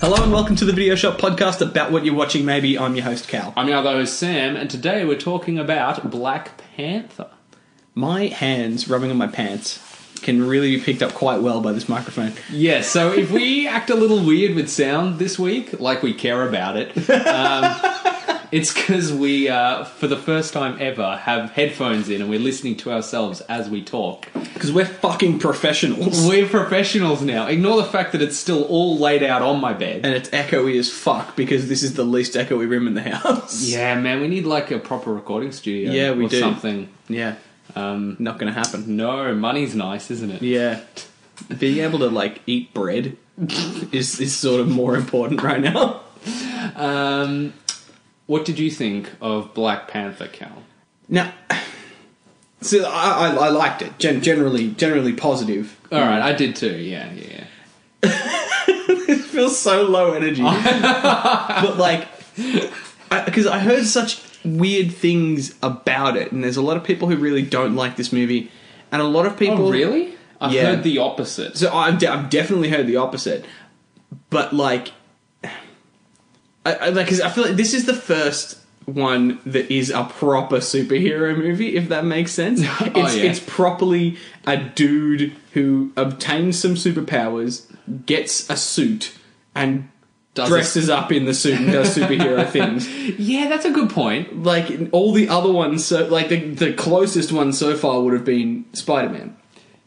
Hello and welcome to the Video Shop podcast about what you're watching. Maybe I'm your host Cal. I'm your other host Sam, and today we're talking about Black Panther. My hands rubbing on my pants can really be picked up quite well by this microphone. Yeah, so if we act a little weird with sound this week, like we care about it, um, it's because we, uh, for the first time ever, have headphones in and we're listening to ourselves as we talk. Because we're fucking professionals. We're professionals now. Ignore the fact that it's still all laid out on my bed. and it's echoey as fuck because this is the least echoey room in the house. Yeah, man, we need like a proper recording studio. Yeah, we or do. Something. Yeah. Um, Not gonna happen. no, money's nice, isn't it? Yeah. Being able to like eat bread is is sort of more important right now. Um, what did you think of Black Panther, Cal? Now, so I, I, I liked it. Gen- generally, generally positive. All right, I did too. Yeah, yeah, yeah. It feels so low energy. but like, because I, heard such weird things about it, and there's a lot of people who really don't like this movie, and a lot of people Oh, really? I've Yeah. heard the opposite. So I've, de- I've definitely heard the opposite, but like, I, I like 'cause I feel like this is the first one that is a proper superhero movie, if that makes sense. It's, Oh, yeah. it's properly a dude who obtains some superpowers, gets a suit, and Does a- dresses up in the suit and does superhero things yeah, that's a good point. like all the other ones so like the, the closest one so far would have been spider-man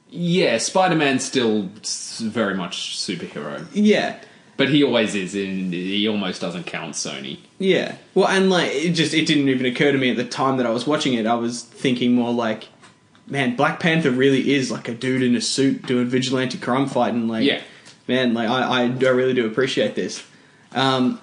Yeah, Spider Man's still s- very much superhero, yeah but he always is, and he almost doesn't count Sony. Yeah. Well, and like it just it didn't even occur to me at the time that I was watching it. I was thinking more like, man, Black Panther really is like a dude in a suit doing vigilante crime fighting. Like, Yeah. man, like I I, I really do appreciate this. Um,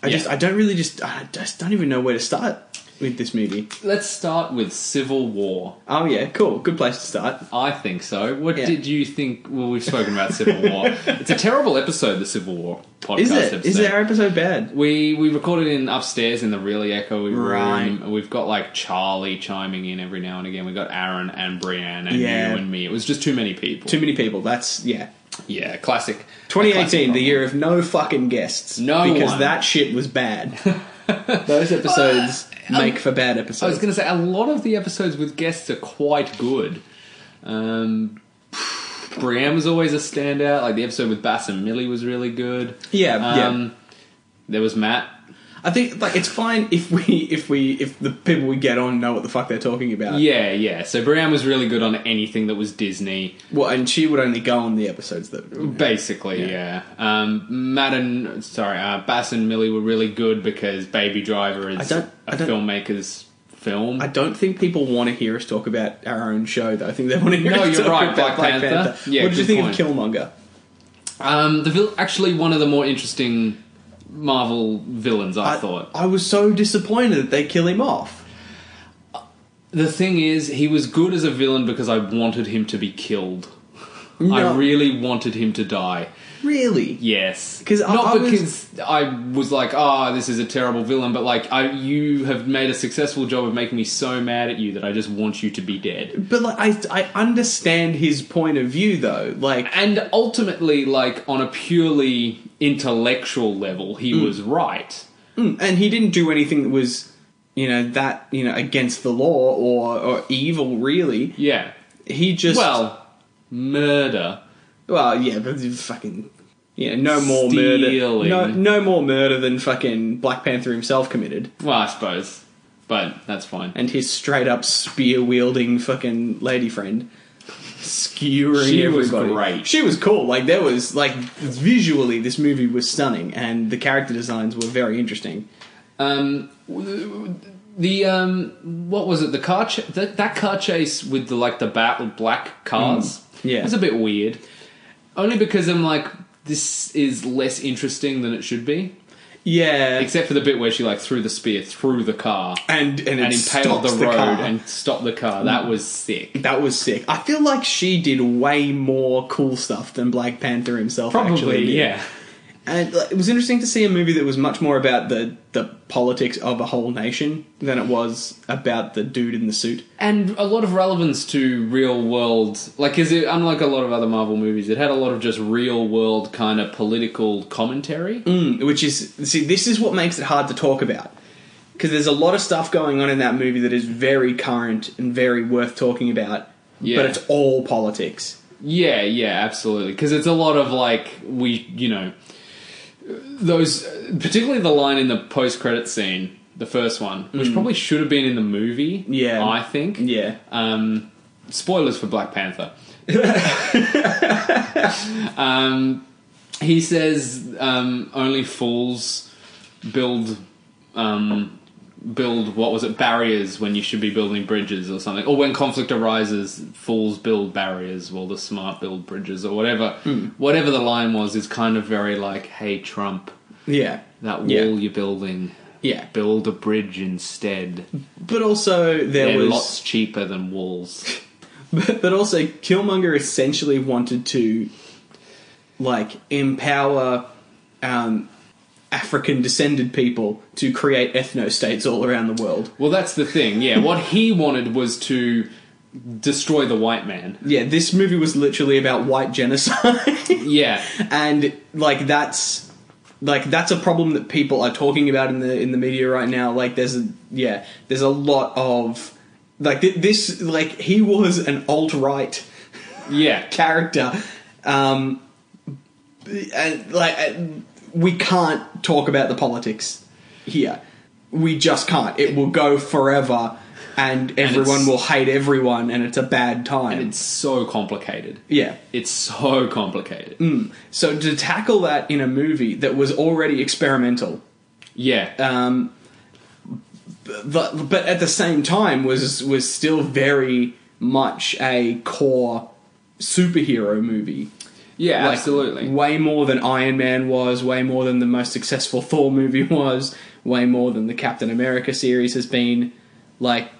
I Yeah. just I don't really just I just don't even know where to start with this movie. Let's start with Civil War. Oh yeah, cool, good place to start. I think so. What Yeah. did you think? Well, we've spoken about Civil War. It's a terrible episode, the Civil War podcast Is it episode. is our episode bad? We we recorded in upstairs in the really echoey room. Right. We've got like Charlie chiming in every now and again. We got Aaron and Brianne and Yeah. you and me. It was just too many people. Too many people. That's yeah. yeah, classic. 2018, classic the problem. year of no fucking guests. No because one. that shit was bad. Those episodes make for bad I was episodes. going to say a lot of the episodes with guests are quite good. Um, Brianne was always a standout. Like the episode with Bass and Millie was really good. Yeah, yeah. Um, There was Matt. I think like it's fine if we if we if the people we get on know what the fuck they're talking about. Yeah, yeah. So Brianne was really good on anything that was Disney. Well, and she would only go on the episodes that. Basically, yeah. Um, Matt and sorry, uh, Bass and Millie were really good because Baby Driver is I don't- a I don't- filmmaker's film. I don't think people want to hear us talk about our own show. though. I think they want to hear No, us you're talk right, about Black Panther. Yeah, what did you good think point. of Killmonger? um, the vil- actually one of the more interesting Marvel villains, I, thought. I was so disappointed that they kill him off. The thing is, he was good as a villain because I wanted him to be killed. No. I really wanted him to die. Really? Yes, 'Cause I- not I was- because I was like, "Ah, this is a terrible villain," but like, I you have made a successful job of making me so mad at you that I just want you to be dead. But like, I I understand his point of view though. Like, and ultimately like on a purely intellectual level he was right Mm, and he didn't do anything that was, you know, that you know against the law or or evil. Really, yeah he just well murder well, yeah, but you fucking yeah, no more murder, Stealing. no no more murder than fucking Black Panther himself committed, well i suppose but that's fine and his straight up spear wielding fucking lady friend. Skewering She was everybody. great. She was cool. Like there was like visually, this movie was stunning, and the character designs were very interesting. um w- the um what was it the car ch- that, that car chase with the like the battle black cars Mm. yeah. was a bit weird only because i'm like this is less interesting than it should be Yeah, except for the bit where she like threw the spear through the car and and, it and impaled stops the the road car. Mm. and stopped the car. That was sick. That was sick. I feel like she did way more cool stuff than Black Panther himself. actually did. And like, it was interesting to see a movie that was much more about the, the politics of a whole nation than it was about the dude in the suit. and a lot of relevance to real world like is it unlike a lot of other marvel movies it had a lot of just real world kind of political commentary Mm, which is, see, this is what makes it hard to talk about. Because there's a lot of stuff going on in that movie that is very current and very worth talking about. Yeah. But it's all politics. yeah yeah absolutely because it's a lot of like we you know those particularly the line in the post-credit scene the first one which probably should have been in the movie Mm. Yeah. i think Yeah. Uh, um, spoilers for Black Panther. um, he says um, only fools build um, build what was it barriers when you should be building bridges or something, or when conflict arises, fools build barriers, while the smart build bridges or whatever. Hmm. Whatever the line was is kind of very like, hey Trump, Yeah. that wall Yeah. you're building. Yeah. Build a bridge instead. But also, there They're was. lots cheaper than walls. But, but also, Killmonger essentially wanted to, like, empower um, African descended people to create ethno states all around the world. Well, that's the thing. Yeah, what he wanted was to destroy the white man. Yeah, this movie was literally about white genocide, Yeah, and like that's like that's a problem that people are talking about in the in the media right now. Like, there's a yeah, there's a lot of like th- this like he was an alt right yeah, character. Um, and like uh, we can't talk about the politics here. We just can't. It will go forever, and everyone it's- will hate everyone, and it's a bad time. it's so complicated. yeah. It's so complicated. So to tackle that in a movie that was already experimental, Yeah, um, but, but at the same time was was still very much a core superhero movie. yeah, Like, absolutely. Way more than Iron Man was, way more than the most successful Thor movie was, way more than the Captain America series has been. Like,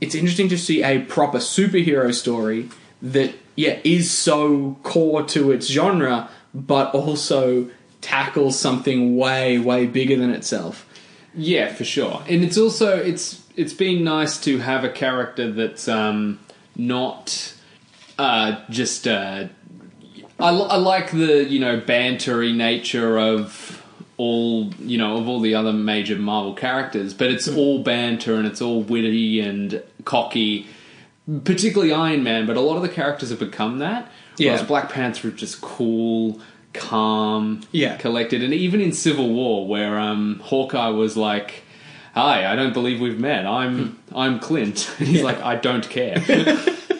it's interesting to see a proper superhero story that, yeah, is so core to its genre, but also tackles something way, way bigger than itself. Yeah, for sure. And it's also it's it's been nice to have a character that's um not uh just uh I, li- I like the you know bantery nature of all you know of all the other major Marvel characters, but it's all banter and it's all witty and cocky. Particularly Iron Man, but a lot of the characters have become that. Whereas Yeah. Black Panther is just cool, calm, Yeah. collected, and even in Civil War, where um, Hawkeye was like. Hi, I don't believe we've met. I'm Hmm. I'm Clint. And he's like, I don't care.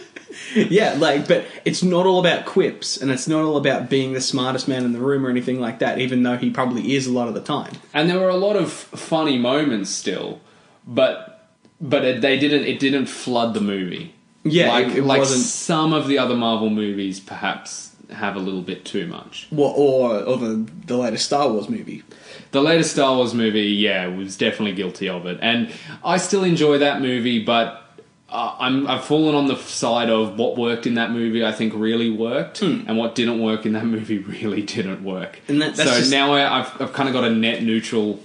Yeah, like, but it's not all about quips, and it's not all about being the smartest man in the room or anything like that, even though he probably is a lot of the time. and there were a lot of funny moments still, but but it, they didn't it didn't flood the movie. Yeah, like it- it like wasn't- some of the other Marvel movies perhaps have a little bit too much. Well, or or the the latest Star Wars movie. The latest Star Wars movie, yeah, was definitely guilty of it, and I still enjoy that movie, but. Uh, I'm, I've fallen on the side of what worked in that movie. I think really worked, and what didn't work in that movie really didn't work. Hmm. And that- that's so just- now I, I've, I've kind of got a net neutral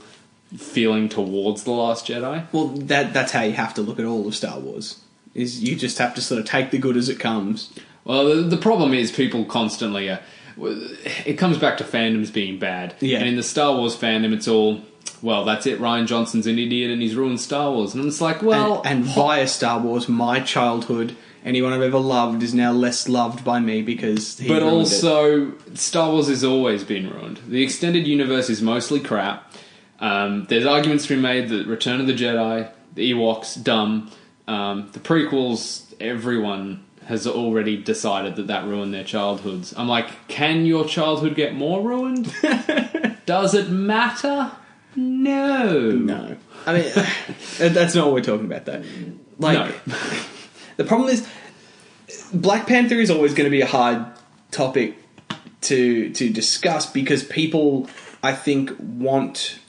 feeling towards the Last Jedi. Well, that that's how you have to look at all of Star Wars. Is you just have to sort of take the good as it comes. Well, the, the problem is people constantly are. It comes back to fandoms being bad. Yeah. And in the Star Wars fandom, it's all, well, that's it. Ryan Johnson's an idiot and he's ruined Star Wars. And it's like, well, and, and via Star Wars, my childhood, anyone I've ever loved is now less loved by me because. He but ruined it. also Star Wars has always been ruined. The extended universe is mostly crap. Um, there's arguments to be made that Return of the Jedi, the Ewoks, dumb. Um, the prequels, everyone has already decided that that ruined their childhoods. I'm like, can your childhood get more ruined? Does it matter? No. no, I mean that's not what we're talking about though. Like No. the problem is, Black Panther is always going to be a hard topic to to discuss because people, I think, want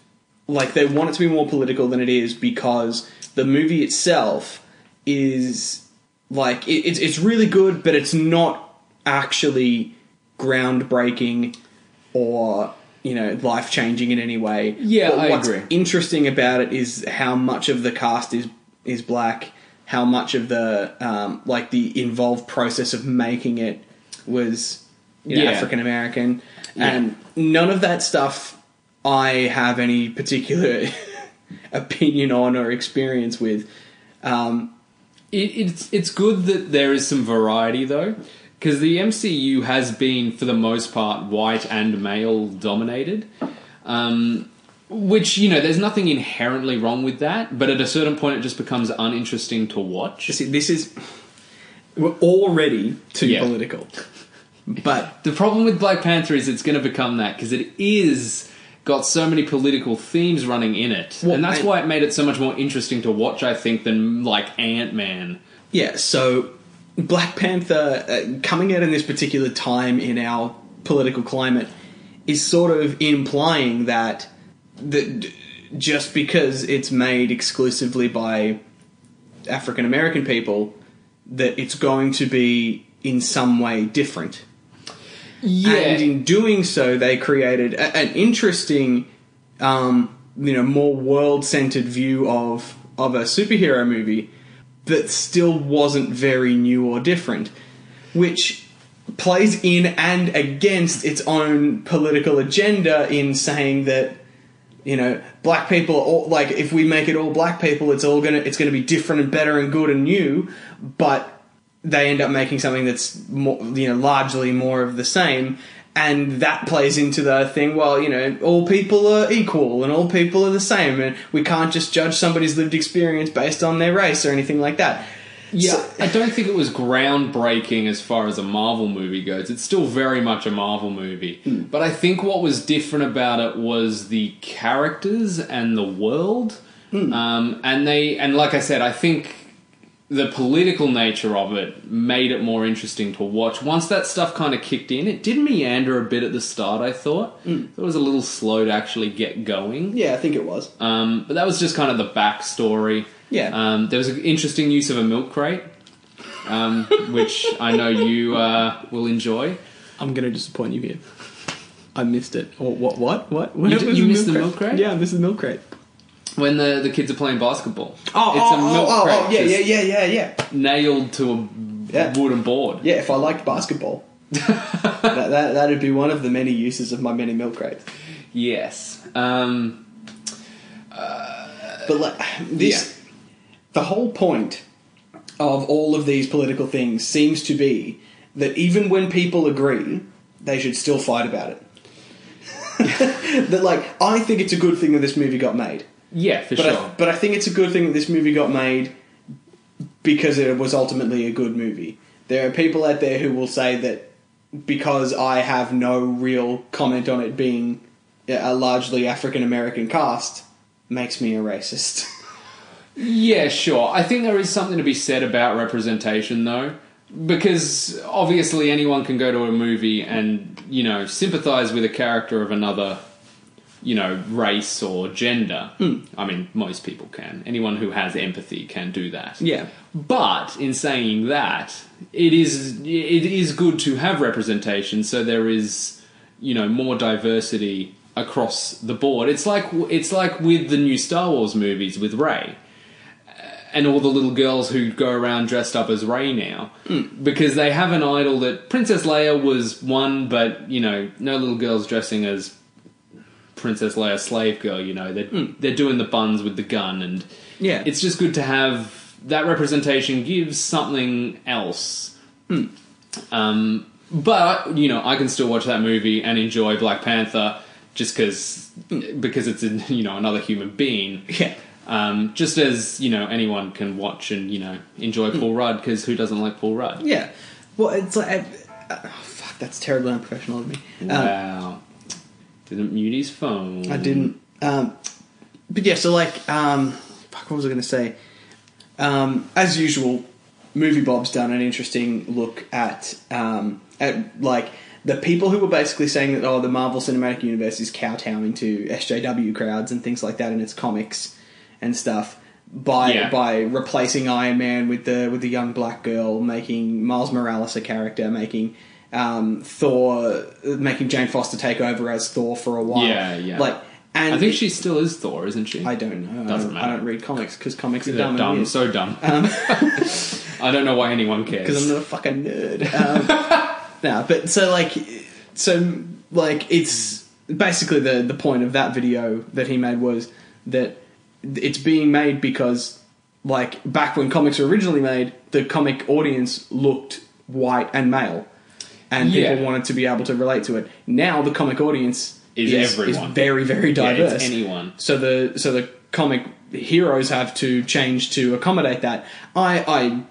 like they want it to be more political than it is because the movie itself is like it, it's it's really good, but it's not actually groundbreaking or you know life changing in any way. Yeah, But I what's agree. Interesting about it is how much of the cast is is black. How much of the um, like the involved process of making it was you know, Yeah. African American, and none of that stuff I have any particular opinion on or experience with. It, it's it's good that there is some variety though, because the MCU has been for the most part white and male dominated, um, which you know there's nothing inherently wrong with that, but at a certain point it just becomes uninteresting to watch. See, this is we're already too Yeah. political, but The problem with Black Panther is it's going to become that because it is got so many political themes running in it, Well, and that's and- why it made it so much more interesting to watch, I think, than like Ant Man. Yeah, so Black Panther uh, coming out in this particular time in our political climate is sort of implying that that d- just because it's made exclusively by African American people that it's going to be in some way different. Yeah, And in doing so, they created a, an interesting, um, you know, more world-centered view of of a superhero movie that still wasn't very new or different, which plays in and against its own political agenda in saying that you know black people are all, like if we make it all black people it's all gonna it's gonna be different and better and good and new but they end up making something that's more you know largely more of the same and that plays into the thing well you know all people are equal and all people are the same and we can't just judge somebody's lived experience based on their race or anything like that Yeah, So- I don't think it was groundbreaking as far as a Marvel movie goes. It's still very much a Marvel movie. But I think what was different about it was the characters and the world. Um, and they and like I said, I think the political nature of it made it more interesting to watch. Once that stuff kind of kicked in, it did meander a bit at the start, I thought. It was a little slow to actually get going. yeah i think it was Um, but that was just kind of the backstory. Yeah. Um, there was an interesting use of a milk crate, um, which I know you uh, will enjoy. I'm gonna disappoint you here. I missed it. Or what? What? What? When You it d- was you a missed the milk crate? Yeah, I missed the milk crate. When the, the kids are playing basketball, Oh, it's a milk yeah, crate yeah, just yeah, yeah, yeah. nailed to a Yeah. wooden board. Yeah, if I liked basketball, that, that that'd be one of the many uses of my many milk crates. Yes. Um, But like, this, the whole point of all of these political things seems to be that even when people agree, they should still fight about it. that like, I think it's a good thing that this movie got made. yeah, for But, sure. I, but I think it's a good thing that this movie got made because it was ultimately a good movie. There are people out there who will say that because I have no real comment on it being a largely African American cast makes me a racist. Yeah, sure. I think there is something to be said about representation, though, because obviously anyone can go to a movie and, you know, sympathize with a character of another, you know, race or gender. I mean, most people can. Anyone who has empathy can do that. Yeah. But in saying that, it is it is good to have representation, so there is you know more diversity across the board. It's like it's like with the new Star Wars movies with Ray and all the little girls who go around dressed up as Ray now because they have an idol that Princess Leia was one, but you know, no little girls dressing as Princess Leia slave girl. You know, they're they're doing the buns with the gun, and Yeah. it's just good to have that representation. Gives something else. Um, but you know, I can still watch that movie and enjoy Black Panther just because because it's a, you know another human being. Yeah. Um, just as you know, anyone can watch and you know enjoy Paul Rudd because who doesn't like Paul Rudd? Yeah. Well, it's like. uh, oh, fuck, that's terribly unprofessional of me. Um, wow! Didn't mute his phone. I didn't. Um, but yeah, so like, um, fuck, what was I going to say? Um, as usual, Movie Bob's done an interesting look at um, at like the people who were basically saying that oh, the Marvel Cinematic Universe is kowtowing to SJW crowds and things like that in its comics and stuff. By Yeah. by replacing Iron Man with the with the young black girl, making Miles Morales a character, making um, Thor making Jane Foster take over as Thor for a while. Yeah, yeah. Like, and I think she still is Thor, isn't she? I don't know. I Doesn't don't- I matter. don't read comics because comics are They're dumb. dumb, and so dumb. I don't know why anyone cares. because Um, I'm not a fucking nerd. Um, nah, but so like, so like, it's basically the the point of that video that he made was that it's being made because like back when comics were originally made, the comic audience looked white and male, and Yeah. people wanted to be able to relate to it. Now the comic audience Is everyone. very very Yeah, diverse. it's anyone. So the so the comic heroes have to change to accommodate that. I I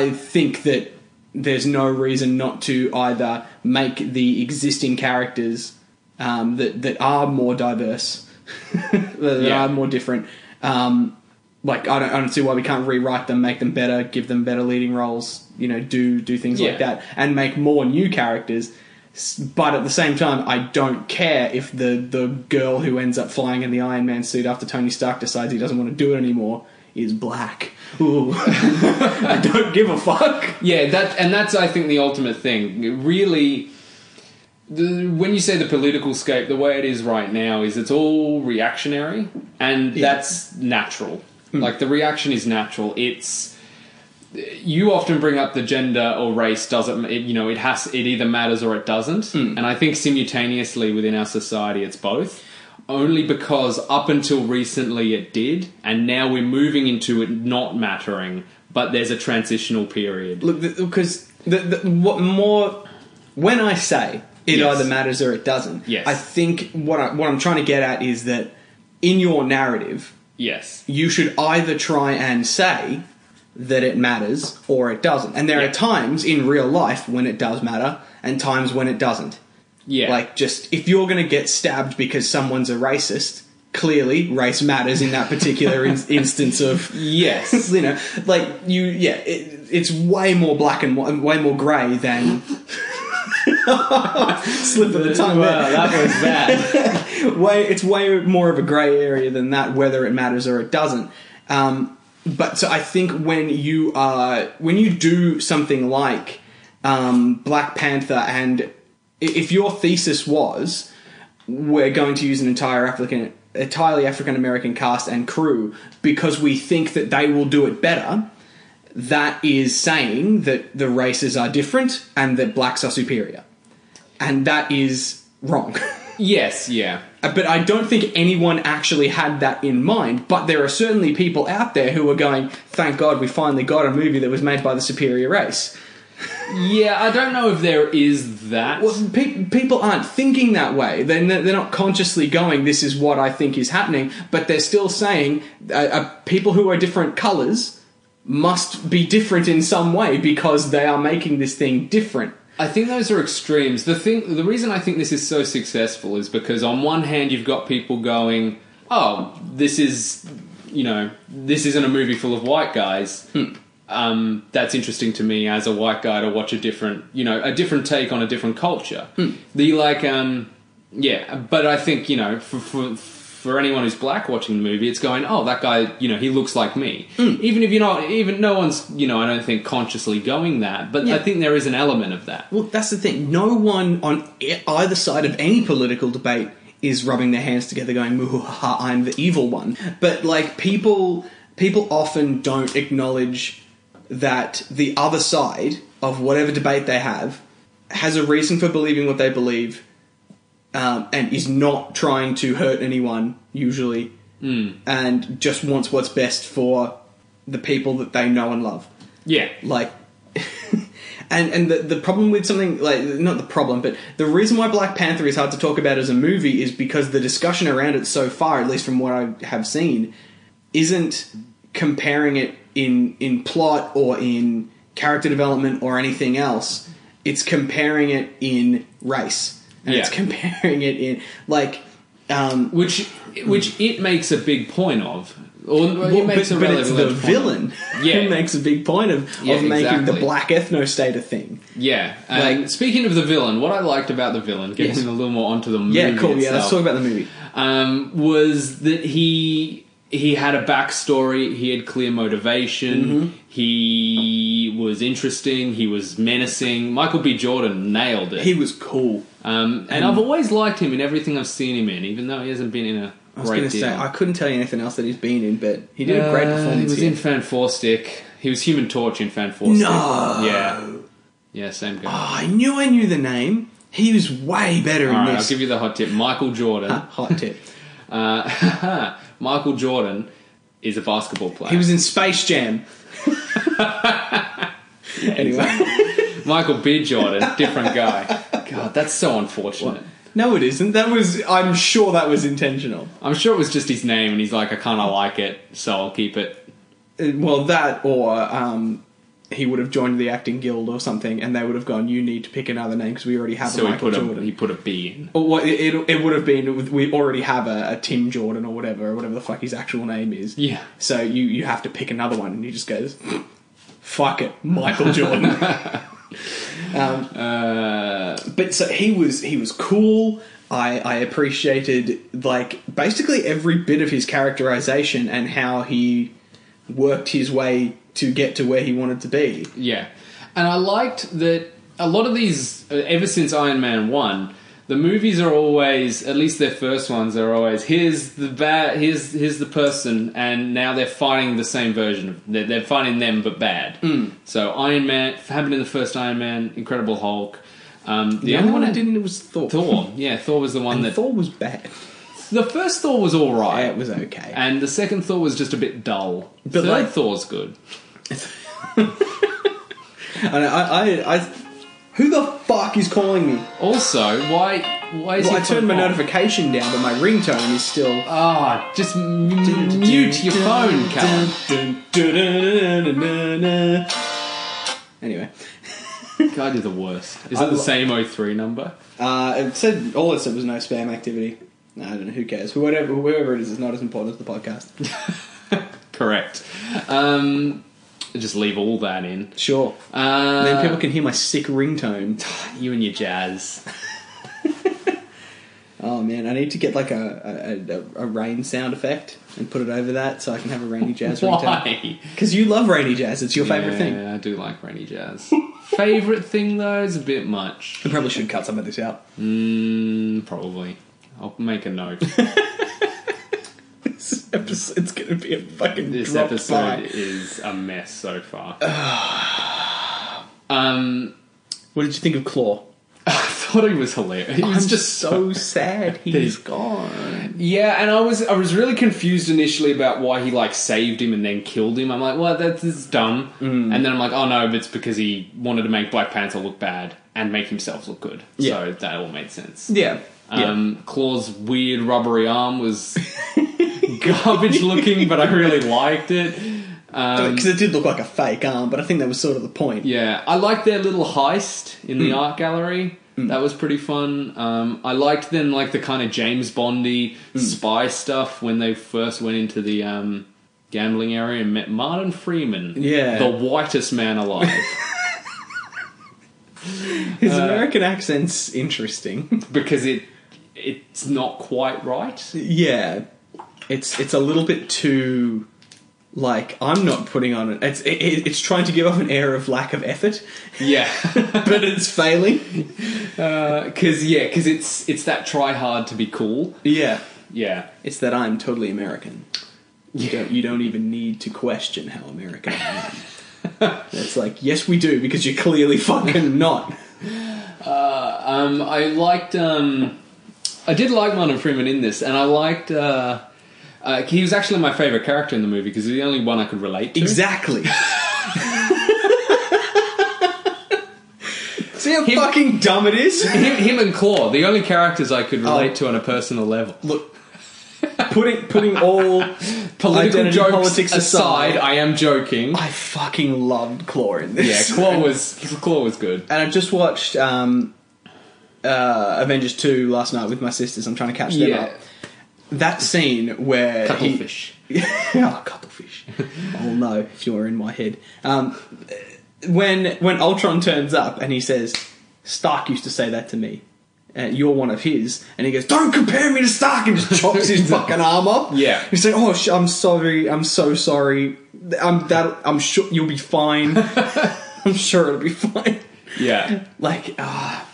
I think that there's no reason not to either make the existing characters um, that that are more diverse, that Yeah. are more different. Um, like I don't, I don't see why we can't rewrite them, make them better, give them better leading roles. You know, do do things like Yeah. that, and make more new characters. S- But at the same time, I don't care if the the girl who ends up flying in the Iron Man suit after Tony Stark decides he doesn't want to do it anymore is black. Ooh, I don't give a fuck. Yeah, that and that's I think the ultimate thing. Really, the, when you say the political scape, the way it is right now is it's all reactionary, and that's natural. Like the reaction is natural. It's you often bring up the gender or race doesn't it, you know it has it either matters or it doesn't and i think simultaneously within our society it's both only because up until recently it did and now we're moving into it not mattering but there's a transitional period Look, because the, the, what more when I say it Yes. either matters or it doesn't. Yes. I think what I, what I'm trying to get at is that in your narrative, Yes. you should either try and say that it matters or it doesn't. And there Yeah. are times in real life when it does matter and times when it doesn't. Yeah. Like, just if you're going to get stabbed because someone's a racist, clearly race matters in that particular in- instance of yes. you know, like you, yeah, it, it's way more black and wh- way more grey than slip of the tongue. Wow, there. uh, that was bad. Way, it's way more of a grey area than that, whether it matters or it doesn't. Um, but so I think when you are when you do something like um, Black Panther, and i- if your thesis was we're going to use an entire African, entirely African American cast and crew because we think that they will do it better. That is saying that the races are different and that blacks are superior, and that is wrong. yes, yeah. Uh, But I don't think anyone actually had that in mind. But there are certainly people out there who are going, "Thank God we finally got a movie that was made by the superior race." Yeah, I don't know if there is that. Well, pe- people aren't thinking that way. They're, n- they're not consciously going, this is what I think is happening, but they're still saying uh, uh, people who are different colours must be different in some way because they are making this thing different. I think those are extremes. The thing the reason I think this is so successful is because on one hand you've got people going, "Oh, this is you know, this isn't a movie full of white guys." Um, that's interesting to me as a white guy to watch a different, you know, a different take on a different culture. The like um yeah, but I think, you know, for, for for anyone who's black watching the movie, it's going, oh, that guy, you know, he looks like me. Even if you're not, even no one's, you know, I don't think consciously going that, but Yeah. I think there is an element of that. Well, that's the thing. No one on e- either side of any political debate is rubbing their hands together, going, "Muhaha, I'm the evil one." But like people, people often don't acknowledge that the other side of whatever debate they have has a reason for believing what they believe, um, and is not trying to hurt anyone usually, and just wants what's best for the people that they know and love Yeah. like and and the, the problem with something like not the problem but the reason why black panther is hard to talk about as a movie is because the discussion around it so far at least from what i have seen isn't comparing it in in plot or in character development or anything else it's comparing it in race and it's Yeah. comparing it in like um Which which it makes a big point of. Or well, it makes but, a but really it's large the point of. villain Yeah. who makes a big point of, Yeah, of making the exactly. black ethno state a thing Yeah. And Like- speaking of the villain, what I liked about the villain, getting Yes. a little more onto the movie yeah cool yeah let's itself, talk about the movie um, was that Mm-hmm. he he had a backstory, he had clear motivation, he was interesting. He was menacing. Michael B. Jordan nailed it. He was cool. um, and, I've always liked him in everything I've seen him in, even though he hasn't been in a I was going great to deal. say I couldn't tell you anything else that he's been in, but he did a great Uh, performance. He was here. in Fan Four Stick. He was Human Torch in Fan Four Stick. No. Yeah. Yeah, same guy. Oh, I knew I knew the name. He was way better All in right, I'll this. give you the hot tip. Michael Jordan. Hot tip. Uh, Michael Jordan is a basketball player. He was in Space Jam. anyway, Michael B. Jordan, different guy. God, that's so unfortunate. no, it isn't. That was. I'm sure that was intentional. I'm sure it was just his name, and he's like, I kind of like it, so I'll keep it. Uh, Well, that or um, he would have joined the acting guild or something, and they would have gone. You need to pick another name because we already have So a he Michael put a, Jordan. he put a B in. Or what it, it, it would have been, we already have a, a Tim Jordan or whatever, or whatever the fuck his actual name is. Yeah. So you, you have to pick another one, and he just goes, fuck it, Michael Jordan. Um, Uh, but so he was he was cool. I, I appreciated like basically every bit of his characterization and how he worked his way to get to where he wanted to be. yeah. And I liked that a lot of these, uh, ever since Iron Man 1, the movies are always, at least their first ones, are always here's the bad, here's here's the person, and now they're fighting the same version. Of, they're, they're fighting them, but bad. Mm. So Iron Man happened in the first Iron Man, Incredible Hulk. Um, the The other only one I one didn't was Thor. Thor. Yeah, Thor was the one that. Thor was bad. The first Thor was all right, It was okay. and the second Thor was just a bit dull. But, Third like- Thor's good. And I, I, I, who the fuck is calling me? Also, why why is Well, I he turned my phone off? notification down, but my ringtone is still. Ah, just m- mute your phone, Callum. Anyway, God, you're the worst. Is I it the lo- same 03 number? uh, it said all it said was no spam activity. No, I don't know. Who cares? Whoever, whoever it is, is not as important as the podcast. Correct. Um, just leave all that in. Sure. Uh, then people can hear my sick ringtone. you and your jazz. Oh man, I need to get like a a, a a rain sound effect and put it over that so I can have a rainy jazz ringtone. Why? Because you love rainy jazz; it's your favorite yeah, thing. I do like rainy jazz. favorite thing though is a bit much. I probably should cut some of this out. Mm, probably. I'll make a note. This episode's gonna be a fucking This drop episode by. is a mess so far. um, What did you think of Claw? I thought he was hilarious. He was I'm just just so sad he's gone. yeah, and I was I was really confused initially about why he like saved him and then killed him. I'm like, well, that's, that's dumb. Mm. And then I'm like, oh no, but it's because he wanted to make Black Panther look bad and make himself look good. Yeah. So that all made sense. Yeah. Um, Claw's weird rubbery arm was garbage looking, but I really liked it. Um, because it did look like a fake arm, but I think that was sort of the point. Yeah, I liked their little heist in the art gallery. That was pretty fun. Um, I liked then like the kind of James Bondy spy stuff when they first went into the um, gambling area and met Martin Freeman. Yeah. the whitest man alive. His American accent's interesting. because it it's not quite right. yeah, it's it's a little bit too like I'm not putting on it. It's it, it- it's trying to give off an air of lack of effort, Yeah, but it's failing. because yeah, because it's it's that try hard to be cool. Yeah, Yeah, it's that I'm totally American. You don't, you don't even need to question how American I am. It's like, yes, we do, because you're clearly fucking not. Um, I liked. Um, I did like Martin Freeman in this, and I liked. Uh, uh, he was actually my favorite character in the movie because he's the only one I could relate to. Exactly. See how fucking dumb it is? Him, him and Claw, the only characters I could relate Oh. to on a personal level. Look, putting putting all Political Identity jokes politics aside, aside. I am joking. I fucking loved Claw in Yeah, this. Claw was Claw was good. And I just watched um, uh, Avengers two last night with my sisters. I'm trying to catch them Yeah, up. That scene where he- cuttlefish. oh, cuttlefish. oh no, if you're in my head. Um, when when Ultron turns up and he says, Stark used to say that to me. Uh, you're one of his, and he goes, "Don't compare me to Stark," and just chops his fucking arm up. Yeah. he's like, "Oh, sh- I'm sorry, I'm so sorry, I'm that, I'm sure you'll be fine." I'm sure it'll be fine. Yeah. Like, ah,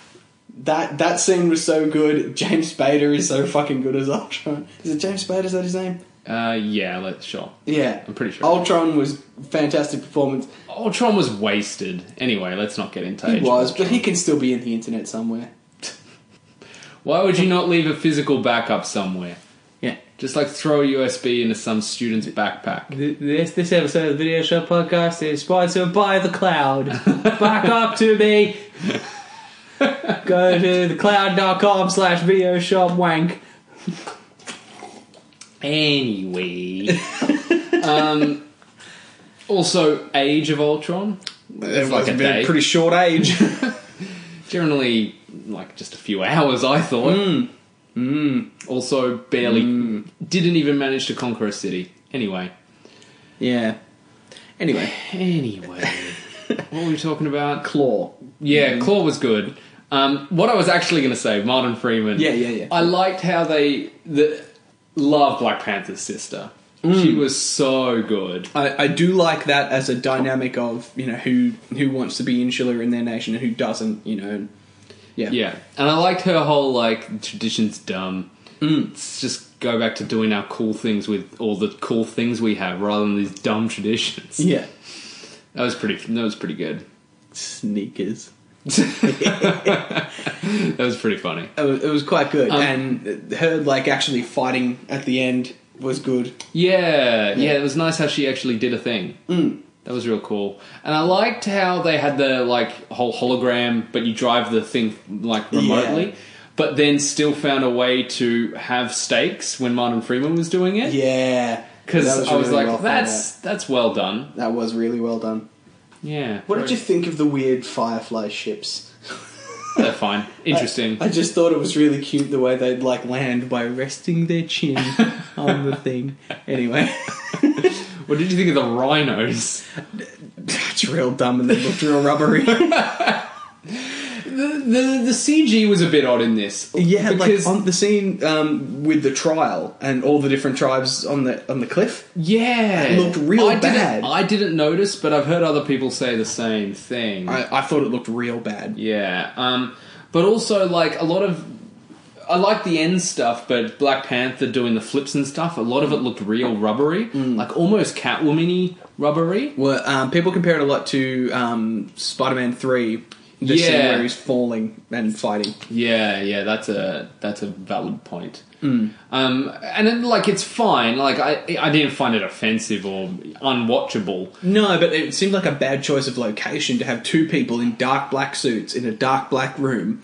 that that scene was so good. James Spader is so fucking good as Ultron. Is it James Spader? Is that his name? Uh, yeah, let's sure. Yeah, I'm pretty sure. Ultron was fantastic performance. Ultron was wasted. Anyway, let's not get into He Age of was, but Ultron. he can still be in the internet somewhere. Why would you not leave a physical backup somewhere? Yeah. Just like throw a USB into some student's backpack. This this episode of the Video Show Podcast is sponsored by the cloud. Back up to me. Go to thecloud.com slash video shop wank. Anyway. um, also, Age of Ultron. It like a day. pretty short age. Generally, like just a few hours, I thought. Also, barely. Didn't even manage to conquer a city. Anyway. yeah. Anyway, Anyway. what were we talking about? Claw. Mm-hmm. Yeah, Claw was good. Um, what I was actually going to say, Martin Freeman. Yeah, yeah, yeah. I liked how they the, love Black Panther's sister. Mm. She was so good. I, I do like that as a dynamic of you know who who wants to be insular in their nation and who doesn't. You know. Yeah. Yeah, and I liked her whole like tradition's dumb. Mm. Let's just go back to doing our cool things with all the cool things we have, rather than these dumb traditions. Yeah. That was pretty. That was pretty good. Sneakers. That was pretty funny. It was, it was quite good, Um, and her like actually fighting at the end was good. Yeah, yeah, it was nice how she actually did a thing. Mm. That was real cool. And I liked how they had the like whole hologram, but you drive the thing like remotely, Yeah. but then still found a way to have stakes when Martin Freeman was doing it. Yeah, Because That I was really like, well thought that's that's well done. out. that was really well done. Yeah. What did you think of the weird Firefly ships? They're fine. Interesting. I just thought it was really cute the way they'd like land by resting their chin on the thing. Anyway, what did you think of the rhinos? that's real dumb and they looked real rubbery. The, the the CG was a bit odd in this. Yeah, because like on the scene um, with the trial and all the different tribes on the on the cliff. Yeah, It looked real I didn't- bad. I didn't notice, but I've heard other people say the same thing. I, I thought it looked real bad. yeah, um, but also like a lot of, I like the end stuff, but Black Panther doing the flips and stuff. A lot of it looked real rubbery, Mm. like almost Catwoman-y rubbery. Well, um, people compare it a lot to um, Spider-Man Three, the scene Yeah. where he's falling and fighting. Yeah, yeah, that's a that's a valid point. Mm. Um, and then, like it's fine. Like I I didn't find it offensive or unwatchable. No, but it seemed like a bad choice of location to have two people in dark black suits in a dark black room.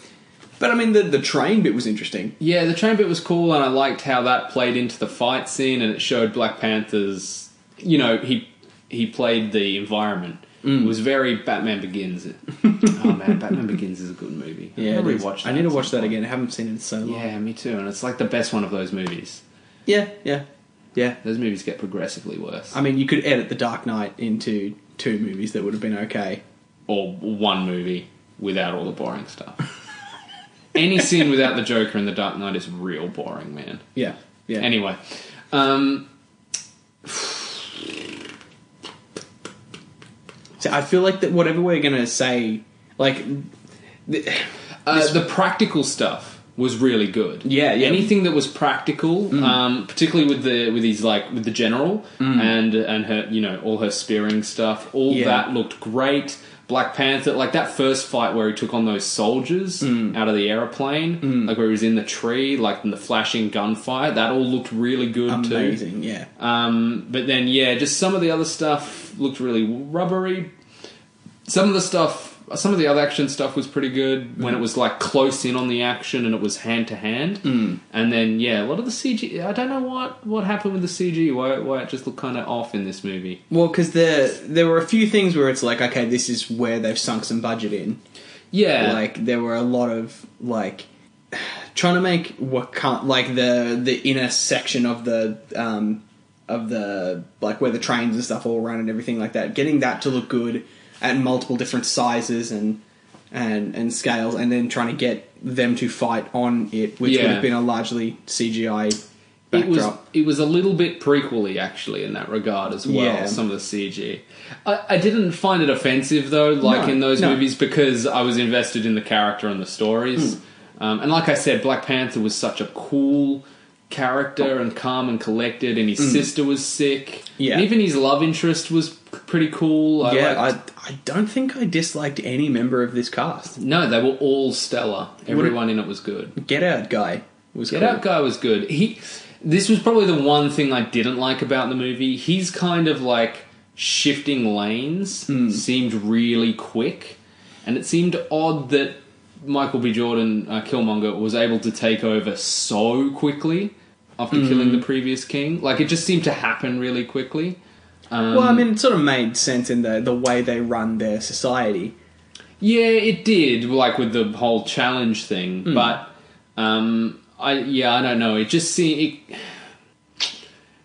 But I mean, the the train bit was interesting. Yeah, the train bit was cool, and I liked how that played into the fight scene, and it showed Black Panther's. You know, he he played the environment. It was very Batman Begins. Mm. oh man, Batman Begins is a good movie. I I, gotta rewatch I need to at watch that some point. again. I haven't seen it in so long. Yeah, me too. And it's like the best one of those movies. yeah, yeah, yeah. Those movies get progressively worse, I mean, you could edit The Dark Knight into two movies that would have been okay. or one movie without all the boring stuff. Any scene without the Joker in the Dark Knight is real boring, man. Yeah, yeah. Anyway, um, So I feel like that whatever we're gonna say, like, th- Uh, the practical stuff was really good. Yeah, yeah. Mm. Anything that was practical, um, particularly with the with his like with the general and and her you know all her spearing stuff, all Yeah. that looked great. Black Panther, like that first fight where he took on those soldiers Mm. out of the aeroplane, like where he was in the tree, like in the flashing gunfire, that all looked really good too. amazing. Yeah, Uh, Um, but then, yeah, just some of the other stuff looked really rubbery. Some of the stuff, some of the other action stuff was pretty good when it was like close in on the action and it was hand to hand. And then, yeah, a lot of the CG. I don't know what what happened with the CG. Why why it just looked kind of off in this movie? well, because there there were a few things where it's like, okay, this is where they've sunk some budget in. Yeah, Like there were a lot of like trying to make what can't like the the inner section of the um of the like where the trains and stuff all run and everything like that, getting that to look good at multiple different sizes and and and scales, and then trying to get them to fight on it, which Yeah. would have been a largely CGI It was backdrop. it was a little bit prequely actually in that regard as well. Yeah. Some of the CG, I, I didn't find it offensive though, like No, in those no. movies, because I was invested in the character and the stories. Hmm. Um, and like I said, Black Panther was such a cool character and calm and collected, and his sister was sick. Oh. Hmm. Yeah. and even his love interest was pretty cool. I yeah, liked- I, I don't think I disliked any member of this cast. no, they were all stellar. Everyone in it was good. Get Out guy was Get cool. Out guy was good. He, this was probably the one thing I didn't like about the movie. He's kind of like shifting lanes Hmm. seemed really quick, and it seemed odd that Michael B. Jordan uh, Killmonger was able to take over so quickly after Hmm. killing the previous king. Like it just seemed to happen really quickly. Well, um, I mean, it sort of made sense in the the way they run their society. Yeah, it did, like with the whole challenge thing. But um, I yeah, I don't know. It just seemed. It,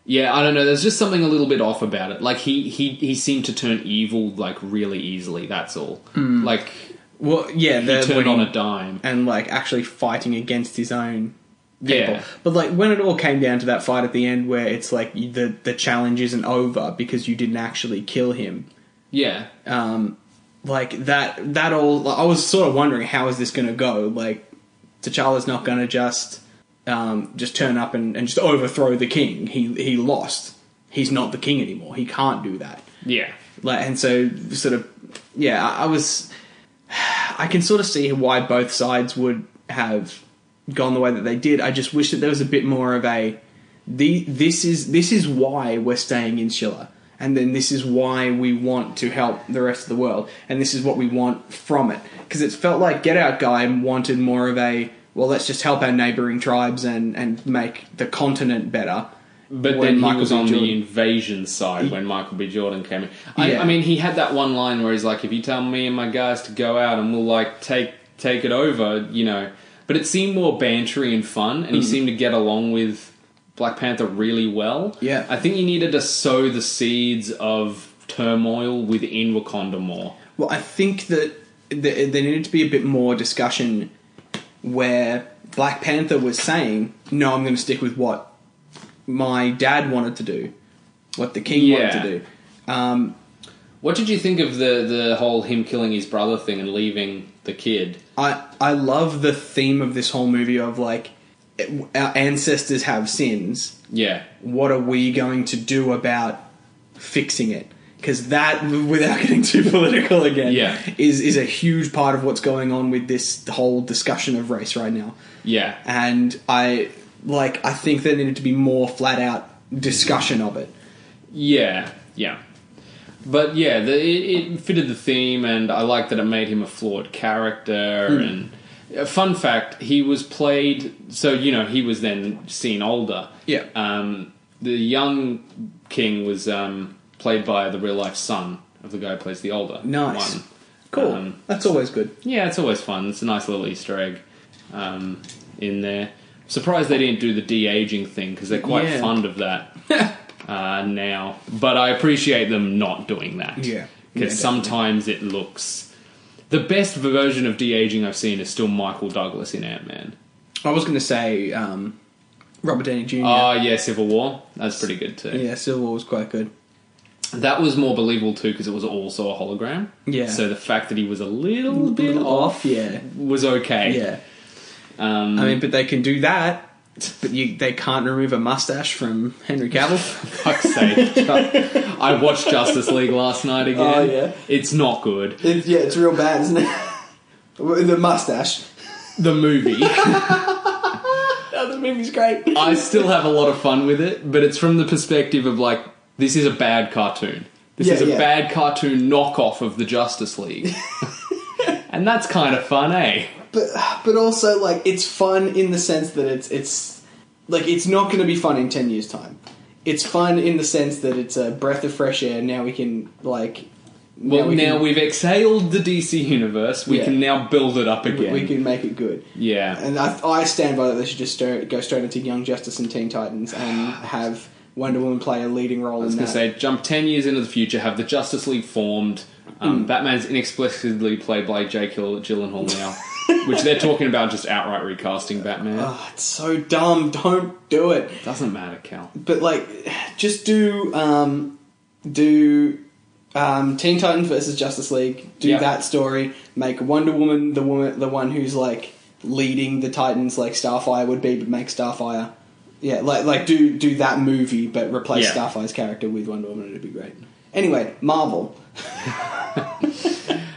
yeah, I don't know. There's just something a little bit off about it. Like he he he seemed to turn evil like really easily. That's all. Like Well, yeah, he the turned winning on a dime. and like actually fighting against his own people. Yeah, But like when it all came down to that fight at the end, where it's like you- the the challenge isn't over because you didn't actually kill him. yeah. Um, like that that all. like, I was sort of wondering how is this going to go. Like T'Challa's not going to just um, just turn up and, and just overthrow the king. He he lost. He's not the king anymore. He can't do that. yeah. Like, and so sort of, yeah, I, I was, I can sort of see why both sides would have gone the way that they did. I just wish that there was a bit more of a, the this is this is why we're staying in Schiller, and then this is why we want to help the rest of the world, and this is what we want from it. Because it felt like Get Out Guy wanted more of a, well, let's just help our neighboring tribes and and make the continent better. But When then Michael he was B. on Jordan- the invasion side when Michael B. Jordan came in. I, Yeah. I mean, he had that one line where he's like, "If you tell me and my guys to go out and we'll like take take it over," you know. But it seemed more bantery and fun, and he seemed to get along with Black Panther really well. Yeah. I think he needed to sow the seeds of turmoil within Wakanda more. Well, I think that th- there needed to be a bit more discussion where Black Panther was saying, "No, I'm going to stick with what my dad wanted to do, what the king wanted Yeah. to do." Um, What did you think of the the whole him killing his brother thing and leaving the kid? I I love the theme of this whole movie of like our ancestors have sins. Yeah, What are we going to do about fixing it? Because that, without getting too political again, Yeah. is is a huge part of what's going on with this whole discussion of race right now. yeah. and I like I think there needed to be more flat out discussion of it. Yeah, yeah. But yeah, the, it, it fitted the theme, and I like that it made him a flawed character. Hmm. And uh, fun fact, he was played so you know he was then seen older. Yeah. Um, the young king was um, played by the real life son of the guy who plays the older. Nice. one. Cool. Um, That's always good. Yeah, it's always fun. It's a nice little Easter egg um, in there. Surprised they didn't do the de aging thing because they're quite Yeah. fond of that uh, now. But I appreciate them not doing that. Yeah. Yeah, because sometimes it looks the best version of de aging I've seen is still Michael Douglas in Ant Man. I was going to say um, Robert Downey Jr. Oh yeah, Civil War. That's pretty good too. yeah, Civil War was quite good. That was more believable too because it was also a hologram. Yeah. So the fact that he was a little bit Little off off, yeah, was okay. yeah. Um, I mean, but they can do that. But you, they can't remove a mustache from Henry Cavill. fuck's sake. I watched Justice League last night again. Oh, yeah? It's not good. it, yeah, it's real bad, isn't it? the mustache. The movie. Oh, the movie's great. I still have a lot of fun with it, but it's from the perspective of like, this is a bad cartoon. This Yeah, is a yeah. bad cartoon knockoff of the Justice League. and that's kind of fun, eh? but but also like it's fun in the sense that it's it's like it's not going to be fun in 10 years time it's fun in the sense that it's a breath of fresh air now we can like Well, now, we can, we've exhaled the DC universe. We Yeah. can now build it up again. we can make it good yeah. and I, I stand by that they should just stir, go straight into young justice and teen titans and have wonder woman play a leading role I was in that going to say, jump 10 years into the future, have Mm. the Justice League formed. Um, Batman's inexplicably played by Jake Hill- Gyllenhaal now. which they're talking about just outright recasting Batman. Ah, it's so dumb. Don't do it. Doesn't matter, Cal. But like, just do um, do um, Teen Titans versus Justice League. Do Yeah. that story. Make Wonder Woman the woman, the one who's like leading the Titans, like Starfire would be, but make Starfire. Yeah, like like do do that movie, but replace Yeah. Starfire's character with Wonder Woman. It'd be great. Anyway, Marvel.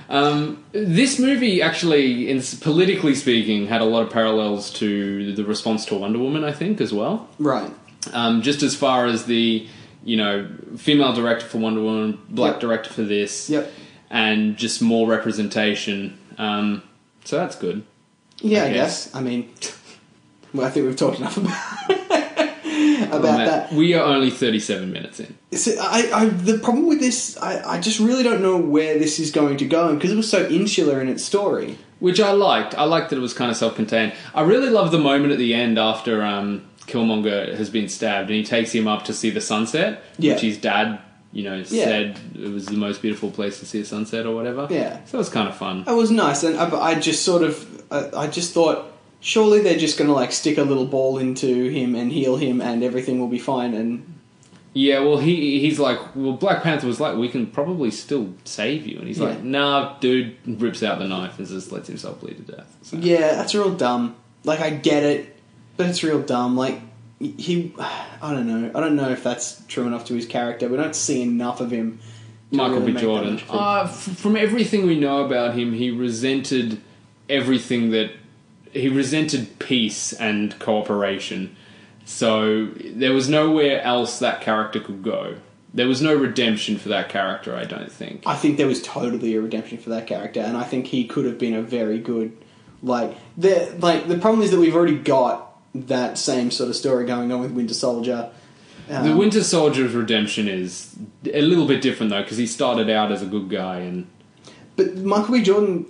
Um, this movie actually, in, politically speaking, had a lot of parallels to the response to Wonder Woman, I think, as well. Right. Um, just as far as the, you know, female director for Wonder Woman, black Yep. director for this, Yep. and just more representation. Um, so that's good. Yeah, I I guess. I mean, well, I think we've talked enough about about Matt, that. We are only 37 minutes in. So I, I, the problem with this, I, I just really don't know where this is going to go because it was so insular in its story. which I liked. I liked that it was kind of self-contained. I really love the moment at the end after um, Killmonger has been stabbed, and he takes him up to see the sunset, Yeah. which his dad, you know, Yeah. said it was the most beautiful place to see a sunset or whatever. Yeah. so it was kind of fun. It was nice, and I, but I just sort of, I, I just thought, surely they're just going to like stick a little ball into him and heal him, and everything will be fine. And Yeah, well, he he's like, well, Black Panther was like, we can probably still save you, and he's Yeah. like, nah, dude, and rips out the knife and just lets himself bleed to death. So- yeah, that's real dumb. Like I get it, but it's real dumb. Like he, I don't know, I don't know if that's true enough to his character. We don't see enough of him. to Michael really B. make that Jordan. much of a Uh, f- from everything we know about him, he resented everything that he resented peace and cooperation. So there was nowhere else that character could go. There was no redemption for that character, I don't think. I think there was totally a redemption for that character, and I think he could have been a very good, like the like the problem is that we've already got that same sort of story going on with Winter Soldier. Um, the Winter Soldier's redemption is a little bit different though, because he started out as a good guy, and but Michael B. Jordan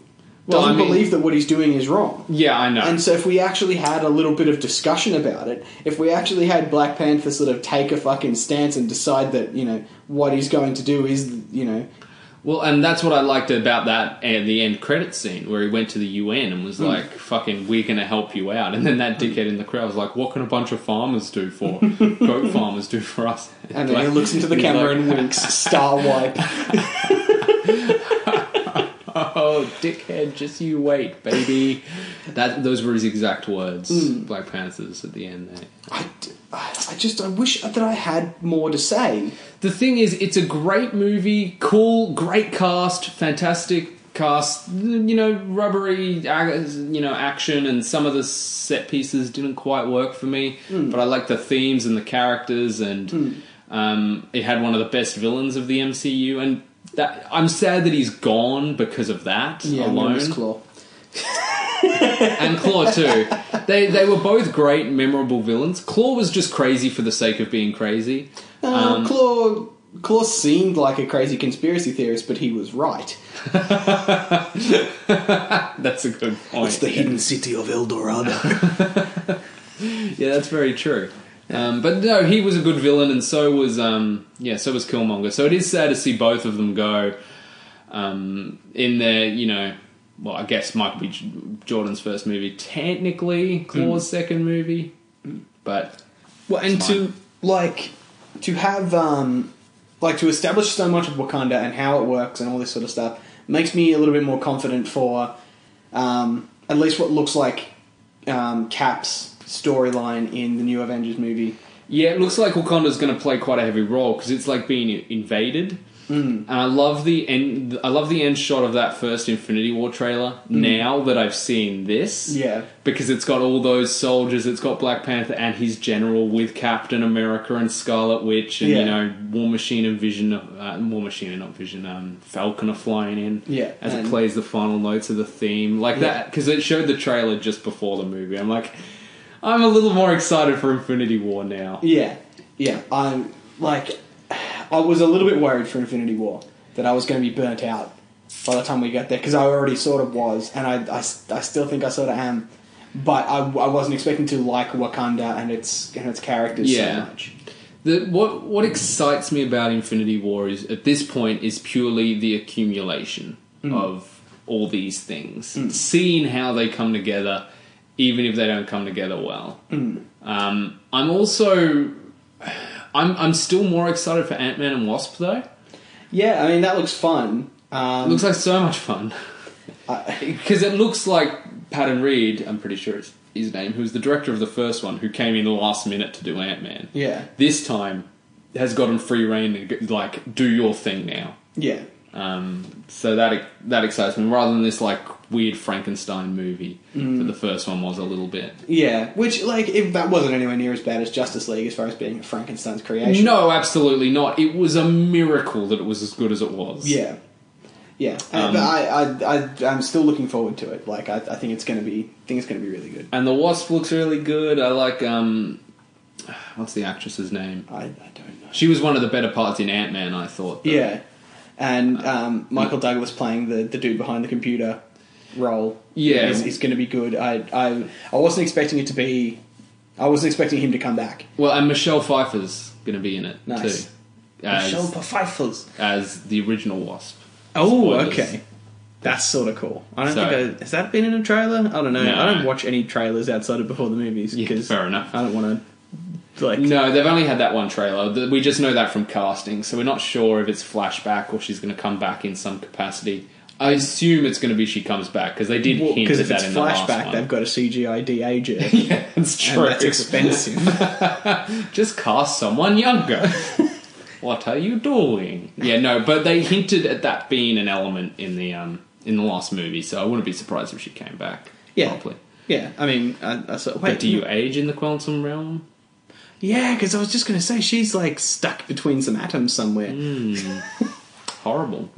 doesn't Well, I mean- believe that what he's doing is wrong. yeah, I know. And so, if we actually had a little bit of discussion about it, if we actually had Black Panther sort of take a fucking stance and decide that you know what he's going to do is you know Well, and that's what I liked about that and the end credit scene where he went to the UN and Hmm. was like, "Fucking, we're gonna help you out." And then that dickhead in the crowd was like, "What can a bunch of farmers do for goat farmers do for us?" and then Like, he looks into the he's camera like, and winks, star wipe. "Oh, dickhead, just you wait, baby." that those were his exact words. Hmm. Black Panthers at the end there. I, d- I- I just I wish that I had more to say. The thing is, it's a great movie, cool, great cast, fantastic cast. You know, rubbery, uh, you know, action, and some of the set pieces didn't quite work for me. But I like the themes and the characters, and um, it had one of the best villains of the MCU. And that I'm sad that he's gone because of that alone, Miss Oh, Claw. and Claw too. they they were both great, memorable villains. Claw was just crazy for the sake of being crazy. Uh, Claw Claw seemed like a crazy conspiracy theorist, but he was right. That's a good point. hidden city of El Dorado. Yeah, that's very true. Um, but no, he was a good villain, and so was um, yeah, so was Killmonger. So it is sad to see both of them go um, in their you know, well, I guess Michael B. J- Jordan's first movie, technically Claw's second movie, but well, and to like to have um like to establish so much of Wakanda and how it works and all this sort of stuff makes me a little bit more confident for um at least what looks like um Cap's storyline in the new Avengers movie. yeah, it looks like Wakanda's going to play quite a heavy role because it's like being invaded. Hmm. And I love the end. I love the end shot of that first Infinity War trailer. Now that I've seen this, Hmm. Yeah. because it's got all those soldiers. It's got Black Panther and his general with Captain America and Scarlet Witch and Yeah. you know War Machine and Vision, uh, War Machine not Vision, um, Falcon are flying in. Yeah, as and- it plays the final notes of the theme like that because it showed the trailer just before the movie. I'm like, I'm a little more excited for Infinity War now. Yeah, yeah. I'm like, I was a little bit worried for Infinity War that I was going to be burnt out by the time we got there because I already sort of was, and I, I, s- I still think I sort of am. But I, I wasn't expecting to like Wakanda and its and its characters Yeah. so much. The, what what excites me about Infinity War is at this point is purely the accumulation of all these things, seeing how they come together, even if they don't come together well. Um, I'm also, I'm I'm still more excited for Ant Man and Wasp though. Yeah, I mean that looks fun. Um, looks like so much fun I- because it looks like Pat and Reed. I'm pretty sure it's his name, who's the director of the first one, who came in the last minute to do Ant Man. yeah, This time has gotten free reign to g- like do your thing now. yeah, Um, so that that excites me rather than this like weird Frankenstein movie that the first one was a little bit. yeah. Which like if that wasn't anywhere near as bad as Justice League as far as being Frankenstein's creation. No, absolutely not. It was a miracle that it was as good as it was. Yeah, yeah. Uh, Um, but I, I, I, I'm still looking forward to it. Like I, I think it's gonna be, I think it's gonna be really good. And the Wasp looks really good. I like um, what's the actress's name? I, I don't know. She was one of the better parts in Ant Man. I thought. though. Yeah, and um, Michael Douglas playing the, the dude behind the computer role. Yeah. is, is going to be good. I, I I wasn't expecting it to be. I wasn't expecting him to come back. Well, and Michelle Pfeiffer's going to be in it Nice. too. As, Pfeiffer's. as the original Wasp. Oh, Spoilers. okay. That's sort of cool. I don't Sorry. think I, has that been in a trailer. I don't know. No. I don't watch any trailers outside of before the movies Yeah, because fair enough. I don't want to like. No, they've only had that one trailer. Th- We just know that from casting, so we're not sure if it's flashback or she's going to come back in some capacity. I assume it's going to be she comes back because they did hint Because at if that it's in the last flashback, one. they've got a CGI de-age it, yeah, it's and true. that's expensive. just cast someone younger. what are you doing? Yeah, no, but they hinted at that being an element in the um in the last movie, so I wouldn't be surprised if she came back. Yeah. probably. yeah, I mean, I, I sort of, wait. But do you age in the quantum realm? Yeah, because I was just going to say she's like stuck between some atoms somewhere. Mm. Horrible.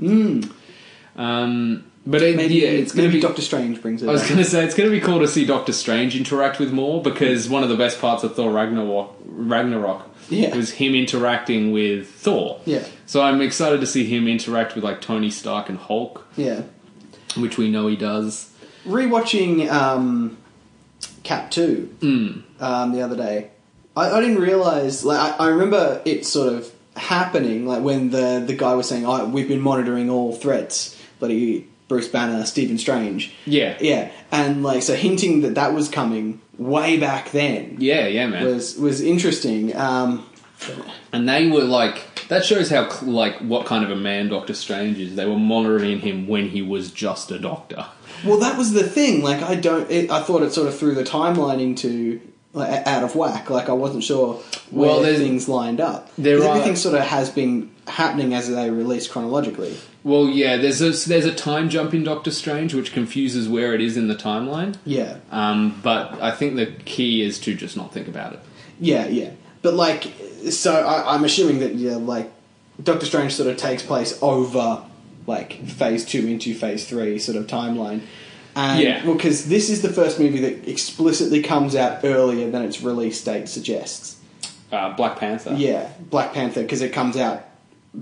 Um, but it, Hmm. Maybe yeah, it's going to maybe be. Doctor Strange brings it. I was back. going to say it's going to be cool to see Doctor Strange interact with more because one of the best parts of Thor Ragnarok, Ragnarok Yeah. was him interacting with Thor. Yeah. So I'm excited to see him interact with like Tony Stark and Hulk. Yeah, which we know he does. rewatching um, Cap Two Hmm. um, the other day, I, I didn't realize. Like, I, I remember it sort of happening. Like when the the guy was saying, "Oh, we've been monitoring all threats," bloody Bruce Banner, Stephen Strange. Yeah. yeah, and like so hinting that that was coming way back then Yeah, yeah, man. was was interesting. Um, and they were like that shows how cl- like what kind of a man Doctor Strange is. They were monitoring him when he was just a doctor. Well, that was the thing. Like, I don't. It, I thought it sort of threw the timeline into like, a- out of whack. Like, I wasn't sure where Well, there's- things lined up. there 'Cause are- everything sort of has been happening as they release chronologically. Well, yeah, there's a, there's a time jump in Doctor Strange which confuses where it is in the timeline. Yeah, Um, but I think the key is to just not think about it. yeah, yeah. But like, so I, I'm assuming that yeah, like Doctor Strange sort of takes place over like Phase Two into Phase Three sort of timeline. And, Yeah. Well, because this is the first movie that explicitly comes out earlier than its release date suggests. Uh, Black Panther. Yeah, Black Panther because it comes out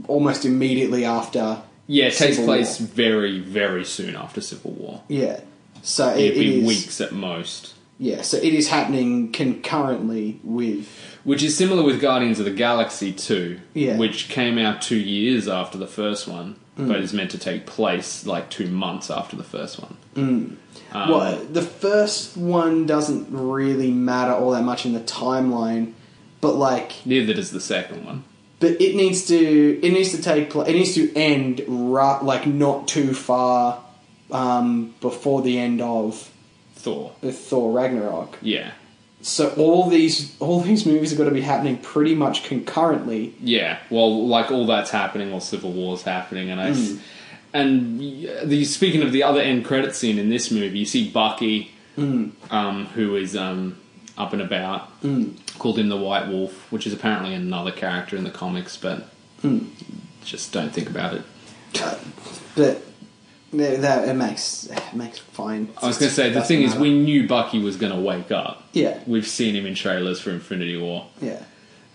almost immediately after. yeah, it takes Civil place War. very very soon after Civil War. Yeah, so it, It'd it be is. weeks at most. Yeah, so it is happening concurrently with. Which is similar with Guardians of the Galaxy 2, Yeah. Mm. which came out two years after the first one, but is meant to take place like two months after the first one. Mm. Um, well, the first one doesn't really matter all that much in the timeline, but like, Neither does the second one. but it needs to it needs to take pla It needs to end right, like not too far um, before the end of Thor. Thor Ragnarok. Yeah. So all these all these movies are going to be happening pretty much concurrently. Yeah. Well, like all that's happening while Civil War's happening, and I. s- Hmm. And y- the, speaking of the other end credit scene in this movie, you see Bucky, Hmm. um, who is um, up and about, called him the White Wolf, which is apparently another character in the comics, but Hmm. just don't think about it. But th- that it makes it makes fine. I was going to say the Doesn't thing is, matter. we knew Bucky was going to wake up. Yeah. we've seen him in trailers for Infinity War. yeah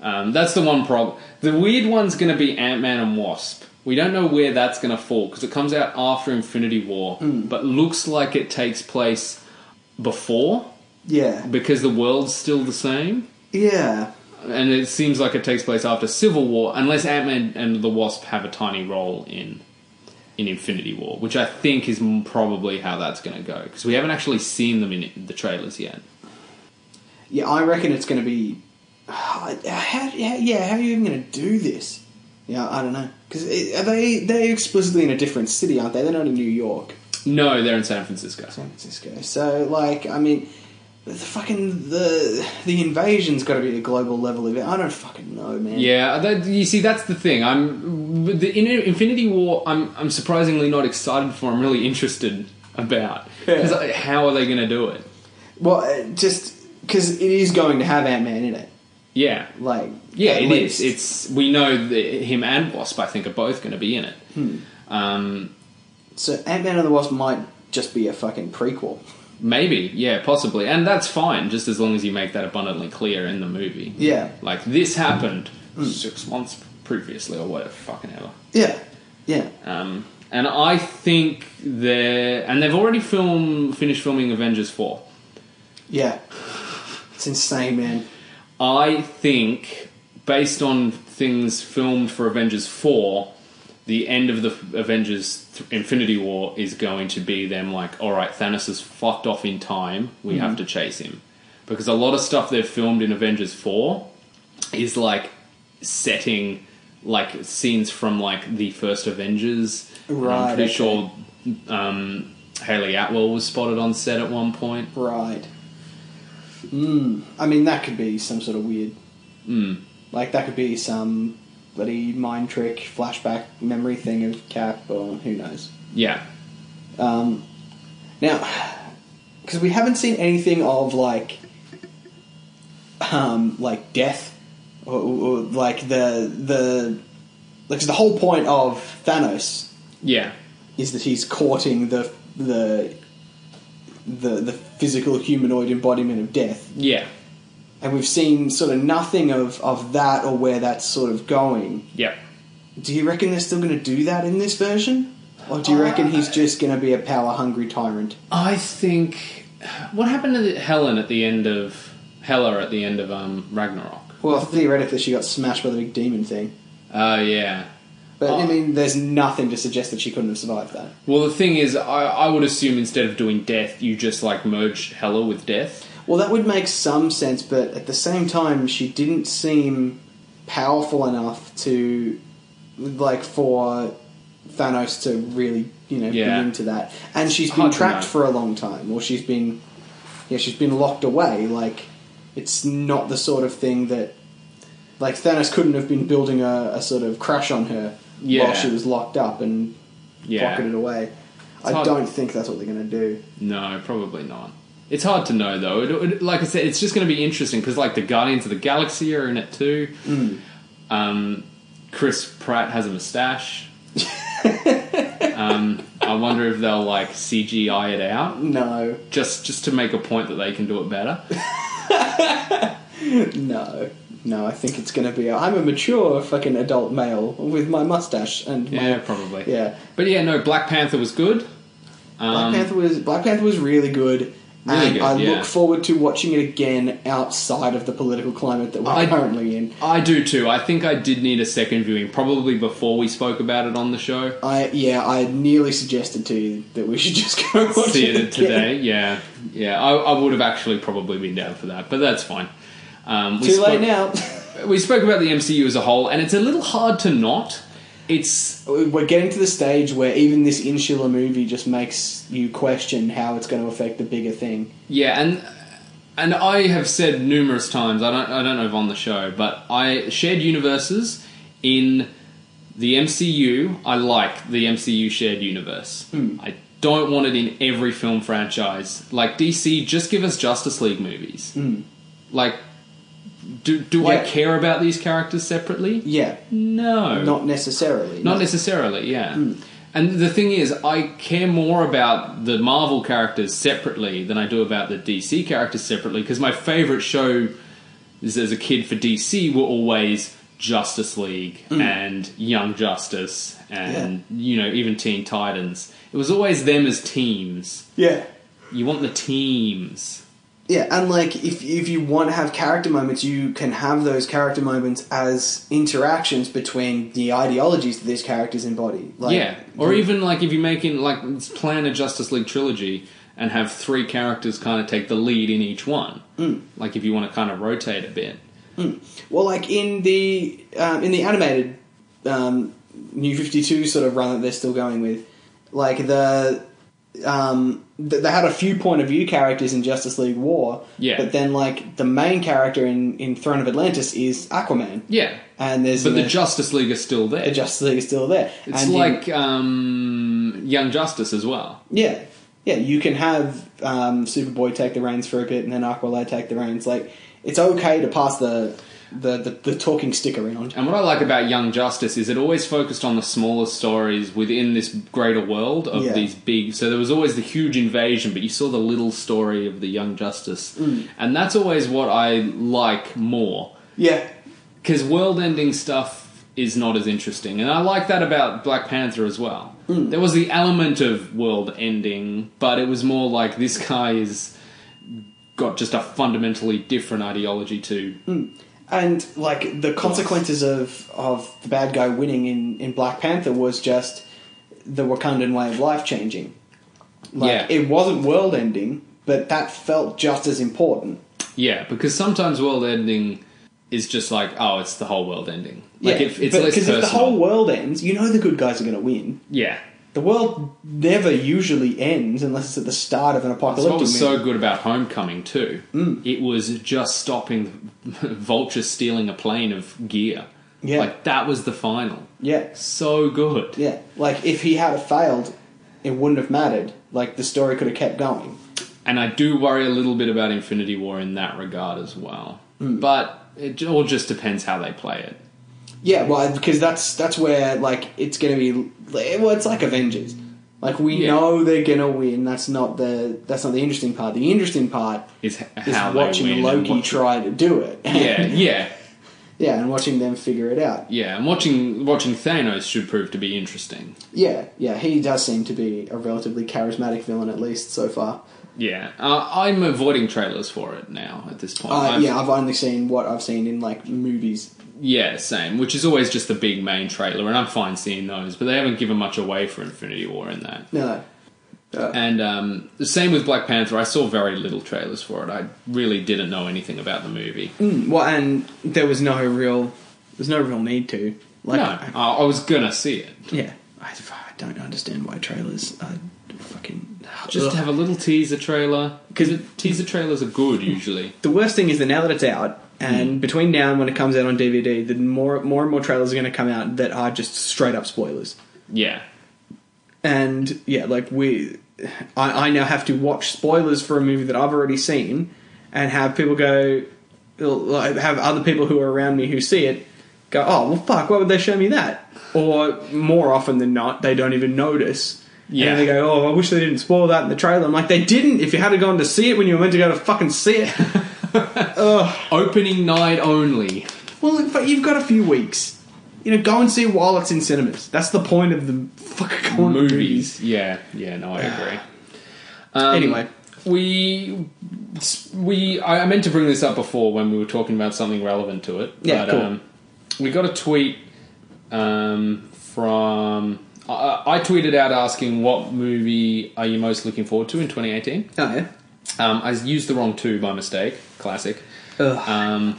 Um, that's the one problem. The weird one's going to be Ant Man and Wasp. We don't know where that's going to fall because it comes out after Infinity War, but looks like it takes place before yeah because the world's still the same. yeah And it seems like it takes place after Civil War, unless Ant Man and the Wasp have a tiny role in in Infinity War, which I think is m- probably how that's going to go because we haven't actually seen them in the trailers yet. Yeah, I reckon it's going to be. How, how, yeah, how are you even going to do this? Yeah, I don't know. Because they they explicitly in a different city, aren't they? They're not in New York, No, they're in San Francisco. San Francisco. So like, I mean, the fucking the the invasion's got to be a global level event. I don't fucking know, man. Yeah, that, you see, that's the thing. I'm with the in Infinity War. I'm I'm surprisingly not excited for. I'm really interested about 'Cause, Yeah. like, how are they going to do it? Well, uh, just because it is going to have Ant Man in it. Yeah, Like, yeah, at it is. least. It's we know that him and Wasp. I think are both going to be in it. Hmm. Um, so Ant Man and the Wasp might just be a fucking prequel. maybe, yeah, possibly, and that's fine. Just as long as you make that abundantly clear in the movie. Yeah. Hmm. like this happened six months previously or whatever, fucking ever. Yeah, yeah. Um, and I think they're and they've already film finished filming Avengers four. Yeah. It's insane, man. I think based on things filmed for Avengers four, the end of the Avengers th- Infinity War is going to be them like, all right, Thanos is fucked off in time. We Mm-hmm. have to chase him because a lot of stuff they've filmed in Avengers four is like setting like scenes from like the first Avengers. And Right, I'm pretty okay. sure um, Haley Atwell was spotted on set at one point. Right. Mm. I mean, that could be some sort of weird. Mm. Like, that could be some bloody mind trick, flashback memory thing of Cap, or who knows. Yeah, Um, now, because we haven't seen anything of, like, um, like death, or, or like the. the like, 'cause the whole point of Thanos yeah. is that he's courting the the the, the physical humanoid embodiment of death, Yeah, and we've seen sort of nothing of, of that or where that's sort of going. yeah. Do you reckon they're still going to do that in this version, or do you reckon he's just going to be a power hungry tyrant? I think. What happened to the, Helen at the end of Hela at the end of um, Ragnarok? Well, theoretically, she got smashed by the big demon thing, Oh yeah. but I Oh. mean, there's nothing to suggest that she couldn't have survived that. Well, the thing is, I, I would assume instead of doing death, you just like merge Hela with death. Well, that would make some sense, but at the same time, she didn't seem powerful enough to, like, for Thanos to really, you know, Yeah. be into that. And she's been Hard to trapped know. for a long time, or she's been, yeah, she's been locked away. Like, it's not the sort of thing that, like, Thanos couldn't have been building a, a sort of crush on her Yeah. while she was locked up and Yeah. pocketed away. I hard- don't think that's what they're going to do. No, probably not. It's hard to know though. It, it, like I said, it's just going to be interesting because like the Guardians of the Galaxy are in it too. Um, Chris Pratt has a mustache. um, I wonder if they'll like CGI it out No, just just to make a point that they can do it better. No, no, I think it's going to be. I'm a mature fucking adult male with my mustache and my, Yeah, probably. yeah. But yeah, no, Black Panther was good. Black Um, Panther was Black Panther was really good, Really and good, I yeah. look forward to watching it again outside of the political climate that we're I- currently in. I do too. I think I did need a second viewing, probably before we spoke about it on the show. I yeah, I nearly suggested to you that we should just go watch See it again. it today, yeah, yeah. I, I would have actually probably been down for that, but that's fine. Um, we Too spoke, late now. We spoke about the MCU as a whole, and it's a little hard to not. It's we're getting to the stage where even this insular movie just makes you question how it's going to affect the bigger thing. yeah, and and I have said numerous times. I don't I don't know if on the show, but I shared universes in the MCU. I like the MCU shared universe. I don't want it in every film franchise. Like DC, just give us Justice League movies. Like, do do Yeah. I care about these characters separately? Yeah, No, not necessarily. not No. necessarily, yeah. And the thing is, I care more about the Marvel characters separately than I do about the DC characters separately because my favorite show as as a kid for DC were always Justice League and Young Justice and, you know, even Teen Titans. It was always them as teams. yeah. You want the teams. yeah, and like if if you want to have character moments, you can have those character moments as interactions between the ideologies that these characters embody. Like, yeah, or e-, even like if you make in like let's plan a Justice League trilogy and have three characters kind of take the lead in each one. Hmm. Like if you want to kind of rotate a bit. Well, like in the um, in the animated um, New Fifty Two sort of run that they're still going with, like the um, th- they had a few point of view characters in Justice League War, Yeah. But then like the main character in in Throne of Atlantis is Aquaman, Yeah, and there's but the, the Justice League is still there. the Justice League is still there. it's And in- like um, Young Justice as well. yeah, yeah. You can have um, Superboy take the reins for a bit, and then Aqualad take the reins. Like it's okay to pass the the, the, the talking stick around. And what I like about Young Justice is it always focused on the smaller stories within this greater world of Yeah. these big. So there was always the huge invasion, but you saw the little story of the Young Justice, Hmm. and that's always what I like more Yeah, because world-ending stuff is not as interesting, and I like that about Black Panther as well. Hmm. There was the element of world-ending, but it was more like this guy is got just a fundamentally different ideology to Hmm. and like the consequences of of the bad guy winning in in Black Panther was just the Wakandan way of life changing. Like Yeah. it wasn't world ending, but that felt just as important. Yeah, because sometimes world ending is just like, oh, it's the whole world ending. Like yeah, if it's but- less personal. if the whole world ends, you know the good guys are going to win. yeah. The world never usually ends unless it's at the start of an That's what apocalyptic. was movie. so good about Homecoming too. Hmm. It was just stopping vultures stealing a plane of gear. Yeah. Like that was the final. yeah, So good. yeah. Like if he had failed, it wouldn't have mattered. Like the story could have kept going. And I do worry a little bit about Infinity War in that regard as well. Hmm. But it all just depends how they play it. Yeah, well, because that's that's where like it's going to be. Well, it's like Avengers. Like we Yeah. know they're going to win. That's not the that's not the interesting part. The interesting part Is h- is how they watching win and Loki what- try to do it. Yeah, yeah. yeah, and watching them figure it out. Yeah, and watching watching Thanos should prove to be interesting. Yeah, yeah, he does seem to be a relatively charismatic villain at least so far. Yeah, uh, I'm avoiding trailers for it now at this point. Uh, I've- yeah, I've only seen what I've seen in like movies. yeah, same. Which is always just the big main trailer, and I'm fine seeing those. But they haven't given much away for Infinity War in that. No, And um, the same with Black Panther. I saw very little trailers for it. I really didn't know anything about the movie. well, and there was no real there's no real need to. Like, no, I, I was gonna see it. yeah, I, I don't understand why trailers are fucking Just have a little teaser trailer because Mm. teaser trailers are good usually. the worst thing is that now that it's out, and between now and when it comes out on DVD, the more more and more trailers are going to come out that are just straight up spoilers. Yeah, And yeah, like we, I, I now have to watch spoilers for a movie that I've already seen, and have people go, like, have other people who are around me who see it go, oh well, fuck, why would they show me that? Or more often than not, they don't even notice. Yeah. And they go, oh, I wish they didn't spoil that in the trailer. I'm like, they didn't. If you had gone to see it when you were meant to go to fucking see it. opening night only. Well, in fact, you've got a few weeks. You know, go and see it while it's in cinemas. That's the point of the fucking going to movies. Yeah, yeah, no, I agree. Um, Anyway. we we I I meant to bring this up before when we were talking about something relevant to it. Yeah, cool. um, we got a tweet um, from I, I tweeted out asking what movie are you most looking forward to in 2018. Oh yeah. Um, I used the wrong two by mistake. Classic. Ugh. Um,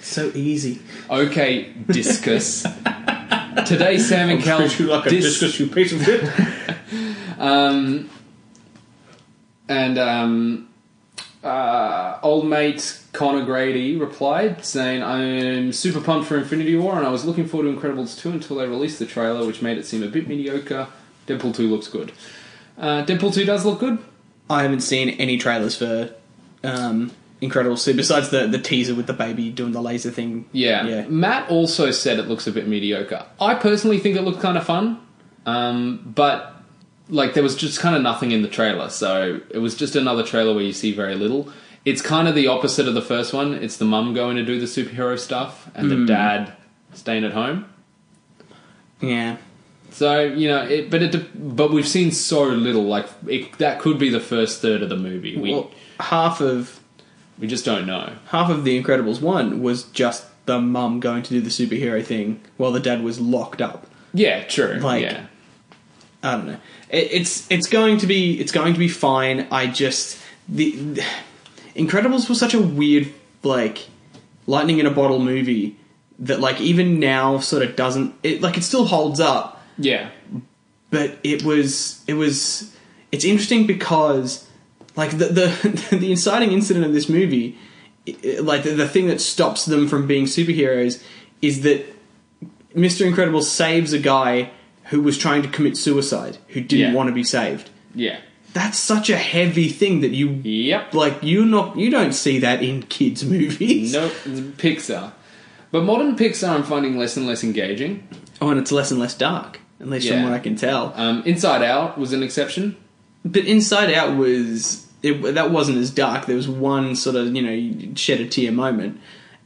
so easy. okay, discus. Today, Sam and Cal dis- you piece of shit. Um, and um, uh, old mate Connor Grady replied saying, "I'm super pumped for Infinity War, and I was looking forward to Incredibles 2 until they released the trailer, which made it seem a bit mediocre. Deadpool 2 looks good. Uh, Deadpool 2 does look good. I haven't seen any trailers for um, Incredibles 2 besides the, the teaser with the baby doing the laser thing. Yeah. Yeah. Matt also said it looks a bit mediocre. I personally think it looked kind of fun, um, but like there was just kind of nothing in the trailer, so it was just another trailer where you see very little. It's kind of the opposite of the first one. It's the mum going to do the Hmm. superhero stuff and the dad staying at home. Yeah. So you know, it, but it, de- but we've seen so little. Like it, that could be the first third of the movie. We Well, half of we just don't know. half of The Incredibles one was just the mum going to do the superhero thing while the dad was locked up. Yeah, true. Like- yeah, I don't know. It, it's it's going to be it's going to be fine. I just the, the Incredibles was such a weird like lightning in a bottle movie that like even now sort of doesn't it like it still holds up, yeah, but it was it was it's interesting because like the the the inciting incident of this movie i- i- like the, the thing that stops them from being superheroes is that Mr. Incredible saves a guy who was trying to commit suicide who didn't Yeah. want to be saved. yeah, That's such a heavy thing that you yep. like you not you don't see that in kids movies. No, it's Pixar. But modern Pixar, I'm finding less and less engaging. Oh, and it's less and less dark, at least Yeah. from what I can tell. Um, Inside Out was an exception. But Inside Out was it, that wasn't as dark. There was one sort of you know you shed a tear moment,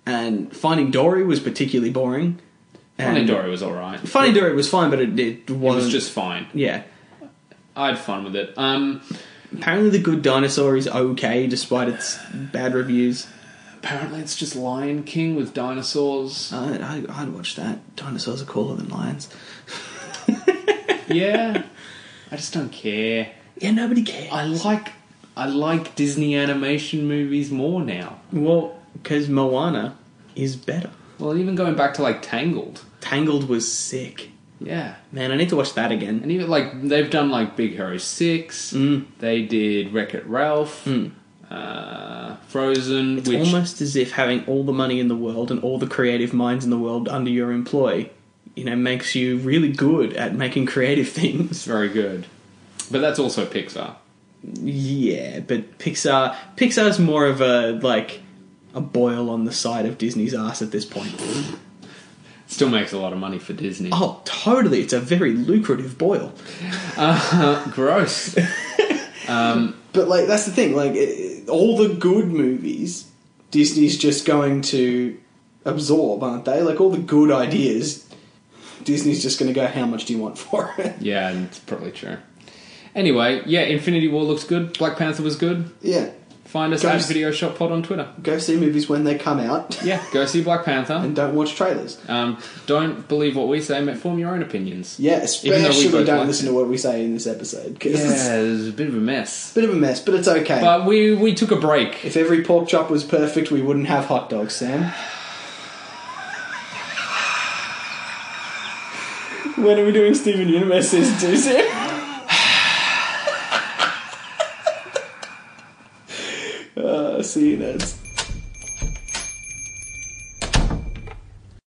and Finding Dory was particularly boring. Finding And- Dory was all right. Finding Dory was fine, but it, it it wasn't was just fine. yeah. I had fun with it. Um, Apparently, The Good Dinosaur is okay despite its bad reviews. apparently, it's just Lion King with dinosaurs. Uh, I, I, I'd watch that. Dinosaurs are cooler than lions. yeah, I just don't care. Yeah, nobody cares. I like I like Disney animation movies more now. well, because Moana is better. Well, even going back to like Tangled. Tangled was sick. Yeah. Man, I need to watch that again. And even like they've done like Big Hero Six. Mm. They did Wreck It Ralph. Uh, Frozen, It's which almost as if having all the money in the world and all the creative minds in the world under your employ, you know, makes you really good at making creative is things. very good, but that's also Pixar. Yeah, but Pixar, Pixar's more of a like a boil on the side of Disney's ass at this point. Still makes a lot of money for Disney. Oh, totally. It's a very lucrative boil. Uh, gross. But like that's the thing. Like it- all the good movies, Disney's just going to absorb, aren't they? Like all the good ideas, Disney's just going to go. How much do you want for it? yeah, and it's probably true. Anyway, yeah, Infinity War looks good. Black Panther was good. yeah, Find us Guys- at Video Shop Pod on Twitter. go see movies when they come out, Yeah, go see Black Panther. and don't watch trailers. Um, don't believe what we say, mate. Form your own opinions. Yeah, Even though we especially both don't like listen it. to what we say in this episode because it's Yeah, a it was a bit of a mess. bit of a mess. But it's okay. But we we took a break. if every pork chop was perfect, we wouldn't have hot dogs, Sam. when are we doing Steven Universe season two, Sam? uh, see you, nerds.